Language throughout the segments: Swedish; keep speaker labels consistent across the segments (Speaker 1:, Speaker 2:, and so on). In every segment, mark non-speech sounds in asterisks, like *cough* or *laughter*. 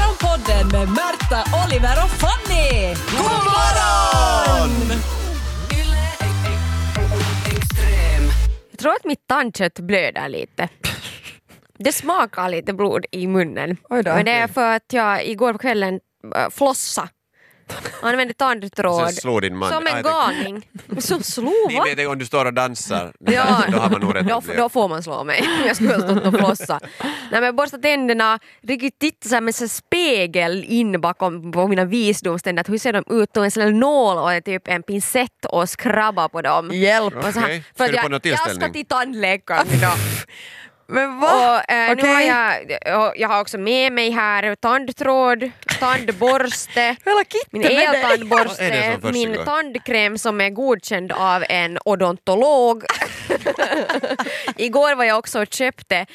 Speaker 1: Morgonpodden med Märta, Oliver och Fanny! God morgon!
Speaker 2: Jag tror att mitt tandkött blöder lite. Det smakar lite blod i munnen.
Speaker 1: Oj då.
Speaker 2: Men det är för att jag igår på kvällen äh, flossa. Använde tandtråd.
Speaker 3: Sen slog din man.
Speaker 2: Som
Speaker 3: Aj,
Speaker 2: en
Speaker 3: det-
Speaker 2: galning. Som slog
Speaker 3: Ni
Speaker 2: va?
Speaker 3: vet om du står och dansar,
Speaker 2: Ja,
Speaker 3: då har man nog rätt
Speaker 2: då,
Speaker 3: att bli-
Speaker 2: då får man slå mig. Jag skulle ha stått och flossat. Nej men borsta tänderna, riktigt titta så här med så här spegel in bakom på mina visdomständer. att Hur ser de ut? Och en sån här nål och typ en pincett och skrabba på dem.
Speaker 1: Hjälp!
Speaker 2: Och så här,
Speaker 3: Okej,
Speaker 2: för
Speaker 3: ska
Speaker 2: att
Speaker 3: du på
Speaker 2: jag,
Speaker 3: någon
Speaker 2: jag ska
Speaker 3: tillställning? Ah.
Speaker 2: till tandläkaren idag.
Speaker 1: Men
Speaker 2: Och, eh, nu har
Speaker 1: Okej.
Speaker 2: jag, och jag har också med mig här tandtråd,
Speaker 1: *laughs*
Speaker 2: tandborste,
Speaker 1: Hela kitten
Speaker 2: min
Speaker 1: med dig.
Speaker 3: Vad är det
Speaker 2: eltandborste,
Speaker 3: som försiggår?
Speaker 2: min tandkräm som är godkänd av en
Speaker 1: *laughs*
Speaker 2: odontolog. Igår var jag också och köpte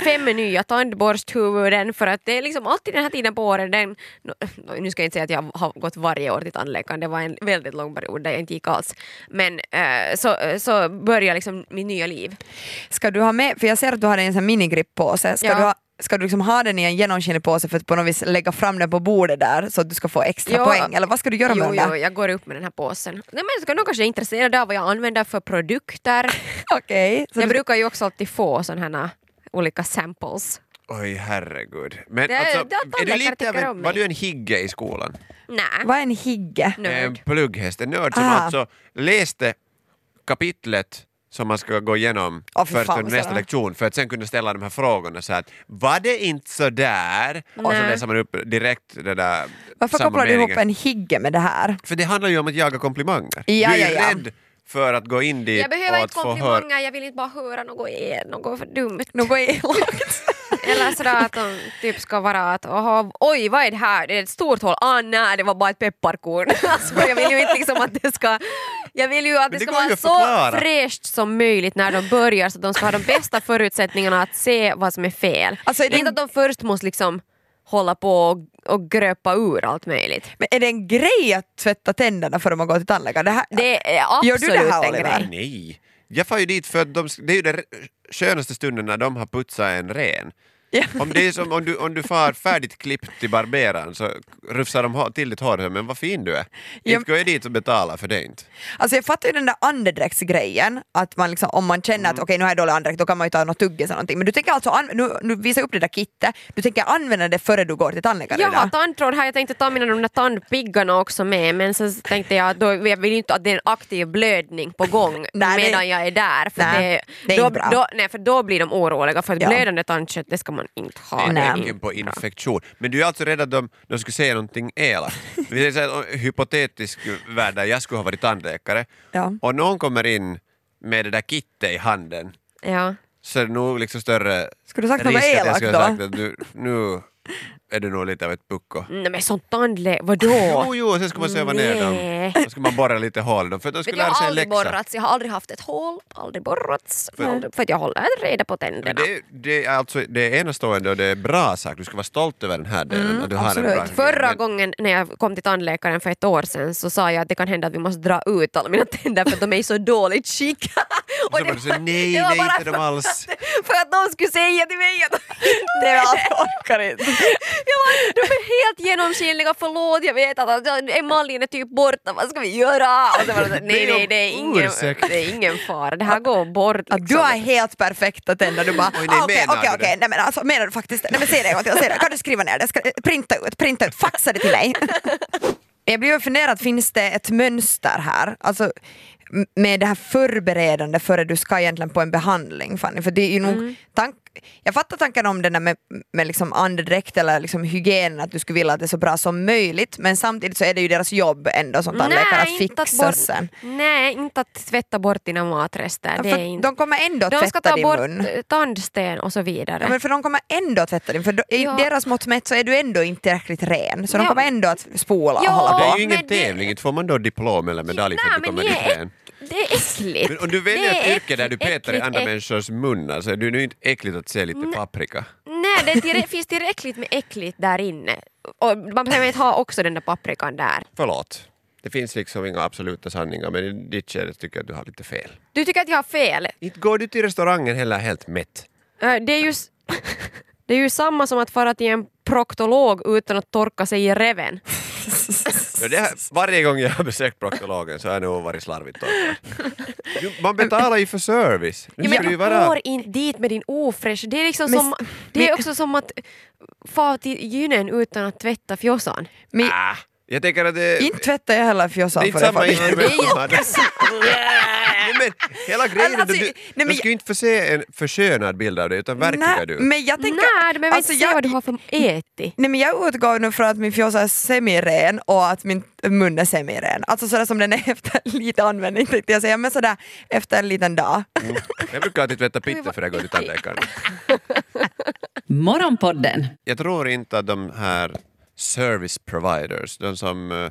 Speaker 2: fem nya tandborsthuvuden för att det är liksom alltid den här tiden på året, den, nå, nu ska jag inte säga att jag har gått varje år till tandläkaren, det var en väldigt lång period där jag inte gick alls, men eh, så, så börjar liksom mitt nya liv.
Speaker 1: *laughs* Ska du ha med, för jag ser att du har en sån här minigrippåse, ska,
Speaker 2: Ja.
Speaker 1: du ha, ska du liksom ha den i en genomskinlig påse för att på något vis lägga fram den på bordet där så att du ska få extra
Speaker 2: Ja.
Speaker 1: poäng? Eller vad ska du göra med
Speaker 2: jo,
Speaker 1: den där?
Speaker 2: jo, jag går upp med den här påsen. Nej, men jag ska nog kanske är intresserad av vad jag använder för produkter.
Speaker 1: *laughs* Okej. så
Speaker 2: jag
Speaker 1: du-
Speaker 2: brukar ju också alltid få sådana här olika samples.
Speaker 3: Oj herregud. Men
Speaker 2: Det-
Speaker 3: alltså,
Speaker 2: det har
Speaker 3: är du
Speaker 2: tandläkare
Speaker 3: lite av
Speaker 2: tycker
Speaker 3: en,
Speaker 2: om
Speaker 3: var
Speaker 2: mig.
Speaker 3: du en higge i skolan?
Speaker 2: Nej,
Speaker 1: Vad är en higge?
Speaker 2: Mm.
Speaker 3: En
Speaker 2: nörd.
Speaker 3: plugghäst, en nörd som
Speaker 1: Ah.
Speaker 3: alltså läste kapitlet som man ska gå igenom
Speaker 1: Åh, fy
Speaker 3: för
Speaker 1: fan,
Speaker 3: för
Speaker 1: vad
Speaker 3: nästa
Speaker 1: sällan.
Speaker 3: lektion för att sen kunna ställa de här frågorna så att var det inte så där? Och så
Speaker 2: Nej.
Speaker 3: läser man upp direkt det där
Speaker 1: Varför
Speaker 3: samma
Speaker 1: kopplar du ihop
Speaker 3: meningen.
Speaker 1: en higge med det här?
Speaker 3: För det handlar ju om att jaga komplimanger.
Speaker 1: Ja,
Speaker 3: du är ju
Speaker 1: ja, ja.
Speaker 3: rädd för att gå in dit
Speaker 2: Jag behöver
Speaker 3: och
Speaker 2: inte
Speaker 3: att få höra
Speaker 2: komplimanger, jag vill inte bara höra något, el, något för dumt.
Speaker 1: Något
Speaker 2: *laughs*
Speaker 1: elakt.
Speaker 2: Eller sådär att de typ ska vara att aha, oj vad är det här, det är ett stort hål, ah nej det var bara ett pepparkorn. *laughs* Alltså, jag vill ju inte liksom att det ska jag vill ju att det,
Speaker 3: det
Speaker 2: ska
Speaker 3: går ju
Speaker 2: vara
Speaker 3: att
Speaker 2: så
Speaker 3: förklara.
Speaker 2: fräscht som möjligt när de börjar så att de ska ha de bästa förutsättningarna att se vad som är fel.
Speaker 1: Alltså, är det-
Speaker 2: Inte att de först måste liksom hålla på och, och gröpa ur allt möjligt.
Speaker 1: *laughs* Men är det en grej att tvätta tänderna före man går till tandläkaren? Det här,
Speaker 2: Det är
Speaker 1: Gör
Speaker 2: absolut
Speaker 1: du det här,
Speaker 2: en
Speaker 1: Oliver?
Speaker 2: grej.
Speaker 3: Nej, jag far ju dit för att de, det är ju den re- skönaste stunden när de har putsat en ren.
Speaker 1: Ja.
Speaker 3: Om, det är som, om, du, om du far färdigt klippt till barberaren så rufsar de ha- till ditt hår och säger, men vad fin du är.
Speaker 1: Ja.
Speaker 3: Inte går jag dit och betalar för det inte.
Speaker 1: Alltså jag fattar ju den där andedräktsgrejen, att man liksom, om man känner att okej nu har jag dålig andedräkt då kan man ju ta något tuggis eller någonting. Men du tänker alltså, an- nu, nu visar jag upp det där kittet, du tänker använda det före du går till tandläkaren
Speaker 2: Jag har
Speaker 1: idag?
Speaker 2: tandtråd här, jag tänkte ta mina de där tandpiggarna också med men sen så tänkte jag då, jag vill ju inte att det är en aktiv blödning på gång
Speaker 1: *laughs* Nej, det-
Speaker 2: medan jag är där. För,
Speaker 1: Nej,
Speaker 2: det,
Speaker 1: det är
Speaker 2: då,
Speaker 1: inte bra.
Speaker 2: Då, nej, för då blir de oroliga för att
Speaker 1: Ja.
Speaker 2: blödande tandkött det ska man inte ha.
Speaker 1: Nej.
Speaker 2: Det är
Speaker 3: Tanken
Speaker 2: inte
Speaker 3: på
Speaker 2: bra.
Speaker 3: infektion. Men du är alltså rädd att de, de skulle säga någonting elakt.
Speaker 1: *laughs*
Speaker 3: Vi säger så här, en hypotetisk värld där jag skulle ha varit tandläkare
Speaker 1: Ja.
Speaker 3: och någon kommer in med det där kittet i handen
Speaker 2: Ja.
Speaker 3: så är det nog liksom större
Speaker 1: Skulle du sagt något
Speaker 3: risk att jag
Speaker 1: elakt
Speaker 3: skulle ha sagt
Speaker 1: då?
Speaker 3: att du, nu är du nog lite av ett pucko.
Speaker 2: Nej men sånt tandlä...
Speaker 3: *laughs*
Speaker 2: vadå?
Speaker 3: Jo, jo, sen ska man söva ner
Speaker 2: Nej.
Speaker 3: dem. Då ska man borra lite hål då, för att de
Speaker 2: Men
Speaker 3: skulle
Speaker 2: jag
Speaker 3: lära
Speaker 2: har
Speaker 3: sig en
Speaker 2: aldrig
Speaker 3: läxa.
Speaker 2: borrats, jag har aldrig haft ett hål, aldrig borrats.
Speaker 3: För-
Speaker 2: aldrig- För att jag håller reda på tänderna.
Speaker 3: Men det, det, är alltså, det är enastående och det är bra sak. Du ska vara stolt över den här delen. att du har en
Speaker 1: absolut.
Speaker 3: bra hygien.
Speaker 2: Mm, Förra
Speaker 3: Men-
Speaker 2: gången när jag kom till tandläkaren för ett år sedan så sa jag att det kan hända att vi måste dra ut alla mina tänder för att de är i så dåligt skick. *laughs*
Speaker 3: Och så bara du säger, nej,
Speaker 2: det var
Speaker 3: nej,
Speaker 2: bara
Speaker 3: inte dem alls.
Speaker 2: för att någon skulle säga till mig att
Speaker 1: Nej men jag orkar inte.
Speaker 2: *laughs* jag var, de är helt genomskinliga, förlåt jag vet att alltså, emaljen är typ borta, vad ska vi göra? Och så var det, så, nej
Speaker 3: Be om
Speaker 2: nej det är ingen,
Speaker 3: ursäkt.
Speaker 2: det är ingen fara, det här går bort.
Speaker 1: Att du
Speaker 2: Liksom.
Speaker 1: har helt perfekta tänder, du bara
Speaker 3: Oj, nej,
Speaker 1: "Ah, okej
Speaker 3: menar
Speaker 1: okej
Speaker 3: du det?"
Speaker 1: okej, nej men alltså menar du faktiskt Nej men säg det en gång till, säg det. kan du skriva ner det? Ska, eh, printa ut, printa ut, faxa det till
Speaker 2: *laughs*
Speaker 1: mig. Jag blir ju funderad, finns det ett mönster här? Alltså m- med det här förberedande före du ska egentligen på en behandling Fanny, för det är ju
Speaker 2: Mm.
Speaker 1: nog tank, jag fattar tanken om det där med, med liksom andedräkt eller liksom hygienen att du skulle vilja att det är så bra som möjligt men samtidigt så är det ju deras jobb ändå som tandläkare att
Speaker 2: Nej, inte
Speaker 1: fixa
Speaker 2: att bor-
Speaker 1: sen.
Speaker 2: Nej, inte att tvätta bort dina matrester.
Speaker 1: Ja,
Speaker 2: det
Speaker 1: för
Speaker 2: är inte.
Speaker 1: de kommer ändå att
Speaker 2: De ska
Speaker 1: tvätta
Speaker 2: ta
Speaker 1: din
Speaker 2: bort
Speaker 1: mun.
Speaker 2: eh, tandsten och så vidare.
Speaker 1: Ja, men för de kommer ändå att tvätta din, för då- i
Speaker 2: Ja.
Speaker 1: deras mått mätt så är du ändå inte tillräckligt ren. Så de
Speaker 2: Ja.
Speaker 1: kommer ändå att spola och
Speaker 2: Ja.
Speaker 1: hålla
Speaker 3: Det
Speaker 1: på.
Speaker 3: är
Speaker 2: Men
Speaker 3: ju ingen
Speaker 2: det-
Speaker 3: tävling, inte får man då diplom eller medalj för att du
Speaker 2: Nej, men
Speaker 3: kommer
Speaker 2: ni är
Speaker 3: dit ren.
Speaker 2: äck- Det är äckligt.
Speaker 3: Men om du
Speaker 2: Det
Speaker 3: väljer ett
Speaker 2: är
Speaker 3: yrke där du
Speaker 2: äckligt,
Speaker 3: petar i andra
Speaker 2: äckligt.
Speaker 3: människors munnar så är det nu inte äckligt att se lite paprika.
Speaker 2: Nej, det är tillrä- finns tillräckligt med äckligt där inne. Och man behöver inte ha också den där paprikan där.
Speaker 3: Förlåt. Det finns liksom inga absoluta sanningar men i ditt skede tycker jag att du har lite fel.
Speaker 2: Du tycker att jag har fel. Äh,
Speaker 3: Inte går du till restaurangen heller helt mätt.
Speaker 2: Ö, Det är just... *laughs* Det är ju samma som att fara till en proktolog utan att torka sig i reven.
Speaker 3: Ja, det här, varje gång jag har besökt proktologen så har jag nog varit slarvigt torkad. *laughs* Jo, Man betalar ju för service. Det
Speaker 2: Ja,
Speaker 3: skulle
Speaker 2: men
Speaker 3: ju
Speaker 2: jag
Speaker 3: vara...
Speaker 2: går inte dit med din ofräsch. Det är, liksom
Speaker 1: Men-
Speaker 2: som, det är
Speaker 1: men-
Speaker 2: också som att fara till gynen utan att tvätta fjossan.
Speaker 1: Men
Speaker 3: Äh, jag tänker att det...
Speaker 1: inte tvättar jag heller
Speaker 3: det
Speaker 1: fjossan
Speaker 3: är
Speaker 1: för
Speaker 3: inte
Speaker 1: det.
Speaker 3: samma
Speaker 1: fallet.
Speaker 3: *laughs* invändning. Nej, men hela grejen är att
Speaker 1: Alltså,
Speaker 3: du,
Speaker 1: nej, men-
Speaker 3: du ska ju inte få se en förskönad bild av det utan verkliga
Speaker 1: Nej,
Speaker 3: du.
Speaker 1: men jag tänker...
Speaker 2: Nej, men jag vill
Speaker 1: alltså,
Speaker 2: inte se
Speaker 1: jag-
Speaker 2: vad du har för ätit.
Speaker 1: Nej men jag utgår nu från att min fjossa är semiren och att min mun är semiren. Alltså sådär som den är *laughs* efter lite användning tänkte jag säga, men sådär efter en liten dag.
Speaker 3: Mm. Jag brukar alltid tvätta pitten för jag går till tandläkaren.
Speaker 4: Morgonpodden
Speaker 3: Jag tror inte att de här service providers, de som eh,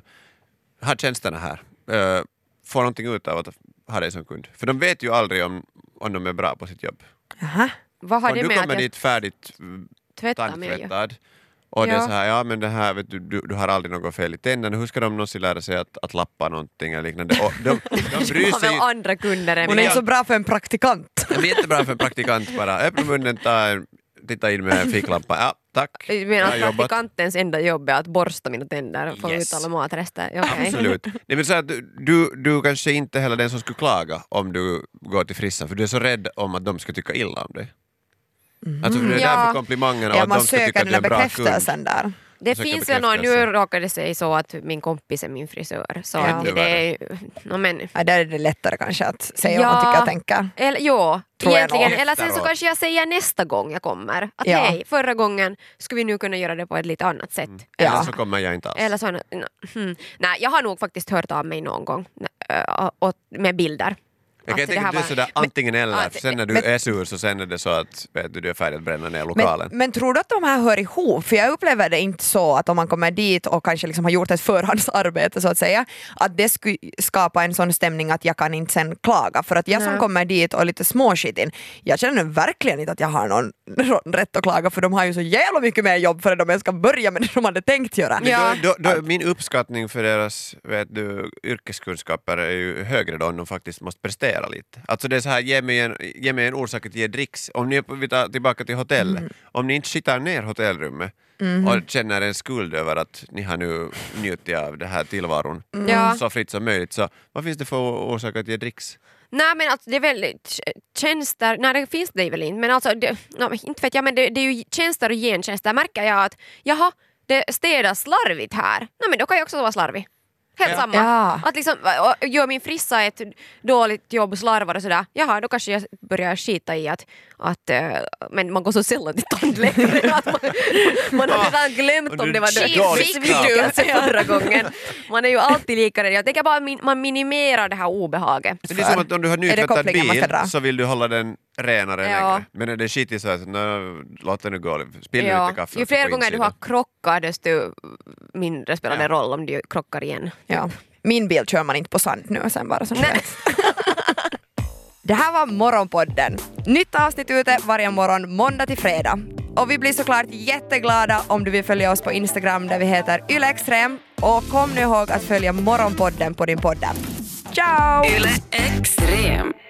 Speaker 3: har tjänsterna här, eh, får någonting ut av att ha dig som kund. För de vet ju aldrig om, om de är bra på sitt jobb.
Speaker 1: Jaha.
Speaker 2: Vad har
Speaker 3: Om
Speaker 2: det
Speaker 3: du
Speaker 2: med att
Speaker 3: kommer
Speaker 2: jag
Speaker 3: dit färdigt mm,
Speaker 2: tvättar mig? att göra? *laughs*
Speaker 3: tandtvättad och det är
Speaker 2: Ja.
Speaker 3: så här, ja men det här, vet du, du, du har aldrig något fel i tänderna, hur ska de någonsin lära sig att, att lappa någonting eller liknande? Och de,
Speaker 2: *laughs*
Speaker 3: de bryr
Speaker 2: Du har
Speaker 3: sig
Speaker 2: väl
Speaker 3: ju...
Speaker 2: andra kunder än
Speaker 1: Hon är
Speaker 2: mig?
Speaker 1: inte så bra för en praktikant.
Speaker 3: Det blir jättebra för en praktikant bara, öppna munnen, ta en, titta in med en ficklampa, ja tack,
Speaker 2: Jag menar
Speaker 3: bra
Speaker 2: att
Speaker 3: jobbat.
Speaker 2: praktikantens enda jobb är att borsta mina tänder och få
Speaker 3: Yes.
Speaker 2: ut alla matrester. Ja, okej.
Speaker 3: Absolut. Nej, men så att du, du kanske inte heller är den som skulle klaga om du går till frissan för du är så rädd om att de ska tycka illa om dig. Alltså för det är
Speaker 2: Ja.
Speaker 3: därför komplimangerna
Speaker 1: Mm.
Speaker 3: och
Speaker 1: Ja,
Speaker 3: att de
Speaker 1: man
Speaker 3: ska tycka
Speaker 1: söker
Speaker 3: att du
Speaker 1: den
Speaker 3: är en
Speaker 1: där
Speaker 3: bra kund.
Speaker 1: bekräftelsen där.
Speaker 2: Det
Speaker 3: Försöka
Speaker 2: finns väl någon,
Speaker 3: bekräftelse.
Speaker 2: nu råkar det sig så att min kompis är min frisör. Så
Speaker 1: Ja.
Speaker 2: att
Speaker 3: Ännu
Speaker 2: det är, no, men,
Speaker 1: Ja, där är det lättare kanske att säga vad
Speaker 2: Ja.
Speaker 1: man tycker och tänker.
Speaker 2: eller, jo,
Speaker 1: Tror jag
Speaker 2: egentligen.
Speaker 3: nog.
Speaker 2: Eller sen så
Speaker 3: Efteråt.
Speaker 2: kanske jag säger nästa gång jag kommer att
Speaker 1: Ja.
Speaker 2: hej, förra gången skulle vi nu kunna göra det på ett lite annat sätt.
Speaker 3: Mm.
Speaker 1: Ja.
Speaker 3: Eller så kommer jag inte alls.
Speaker 2: Eller så, no, hmm. Nej, jag har nog faktiskt hört av mig någon gång äh, och, med bilder.
Speaker 3: jag
Speaker 1: Alltså,
Speaker 3: kan
Speaker 2: Att det här
Speaker 3: tänka att du är
Speaker 2: var-
Speaker 3: sådär antingen eller,
Speaker 2: att-
Speaker 3: för sen när du
Speaker 1: men-
Speaker 3: är sur så sen är det så att vet du, du är färdig att bränna ner
Speaker 1: Men,
Speaker 3: lokalen.
Speaker 1: men tror du att de här hör ihop? För jag upplever det inte så att om man kommer dit och kanske liksom har gjort ett *laughs* förhandsarbete så att säga, att det skulle skapa en sån stämning att jag kan inte sen klaga. För att jag som
Speaker 2: Nej.
Speaker 1: kommer dit och är lite småskitig, jag känner verkligen inte att jag har någon *laughs* r- rätt att klaga för de har ju så jävla mycket mer jobb för de ens ska börja med det de hade tänkt göra.
Speaker 3: Men då, då, då, min uppskattning för deras vet du, yrkeskunskaper är ju högre då om de faktiskt måste prestera lite. Alltså det är så här, ge mig en, ge mig en orsak att ge dricks. Om ni är på, vi tar tillbaka till hotellet, om ni inte skitar ner hotellrummet och känner en skuld över att ni har nu njutit av den här tillvaron
Speaker 2: Ja.
Speaker 3: så fritt som möjligt, så vad finns det för orsak att ge dricks?
Speaker 2: Nej men alltså det är väl t- tjänster, nej det finns det väl inte men alltså det, no, inte vet jag men det, det är ju tjänster och gentjänster märker jag att jaha det städas slarvigt här, nej men då kan jag också vara slarvig. Helt
Speaker 3: Ja.
Speaker 2: samma.
Speaker 1: Ja.
Speaker 2: Att liksom, och gör min frissa ett dåligt jobb och slarvar och sådär, jaha då kanske jag börjar skita i att, att eh, men man går så sällan till
Speaker 3: *laughs*
Speaker 2: tandläkaren att man, man har redan glömt
Speaker 3: Under
Speaker 2: om det var
Speaker 3: dåligt
Speaker 2: dödsvikelse förra gången. Man är ju alltid lika rädd. Jag tänker bara att min, man minimerar det här obehaget.
Speaker 3: Men det är som
Speaker 1: För-
Speaker 3: att om du har
Speaker 1: det
Speaker 3: nytvättad
Speaker 1: kopplingen man ska dra?
Speaker 3: bil så vill du hålla den
Speaker 2: Ja.
Speaker 3: renare längre. Men är det skitigt så här, så, nå, låt det nu gå, spill nu
Speaker 2: Ja,
Speaker 3: lite kaffe
Speaker 2: ju
Speaker 3: på
Speaker 2: fler gånger du
Speaker 3: insidan.
Speaker 2: har krockat desto mindre spelar det
Speaker 3: Ja.
Speaker 2: roll om du krockar igen.
Speaker 1: Ja. Min bil kör man inte på sand nu sen bara som det är. *laughs* Det här var Morgonpodden. Nytt avsnitt ute varje morgon måndag till fredag. Och vi blir såklart jätteglada om du vill följa oss på Instagram där vi heter ylextrem. Och kom nu ihåg att följa Morgonpodden på din podd. Ciao!
Speaker 5: Yle Extrem.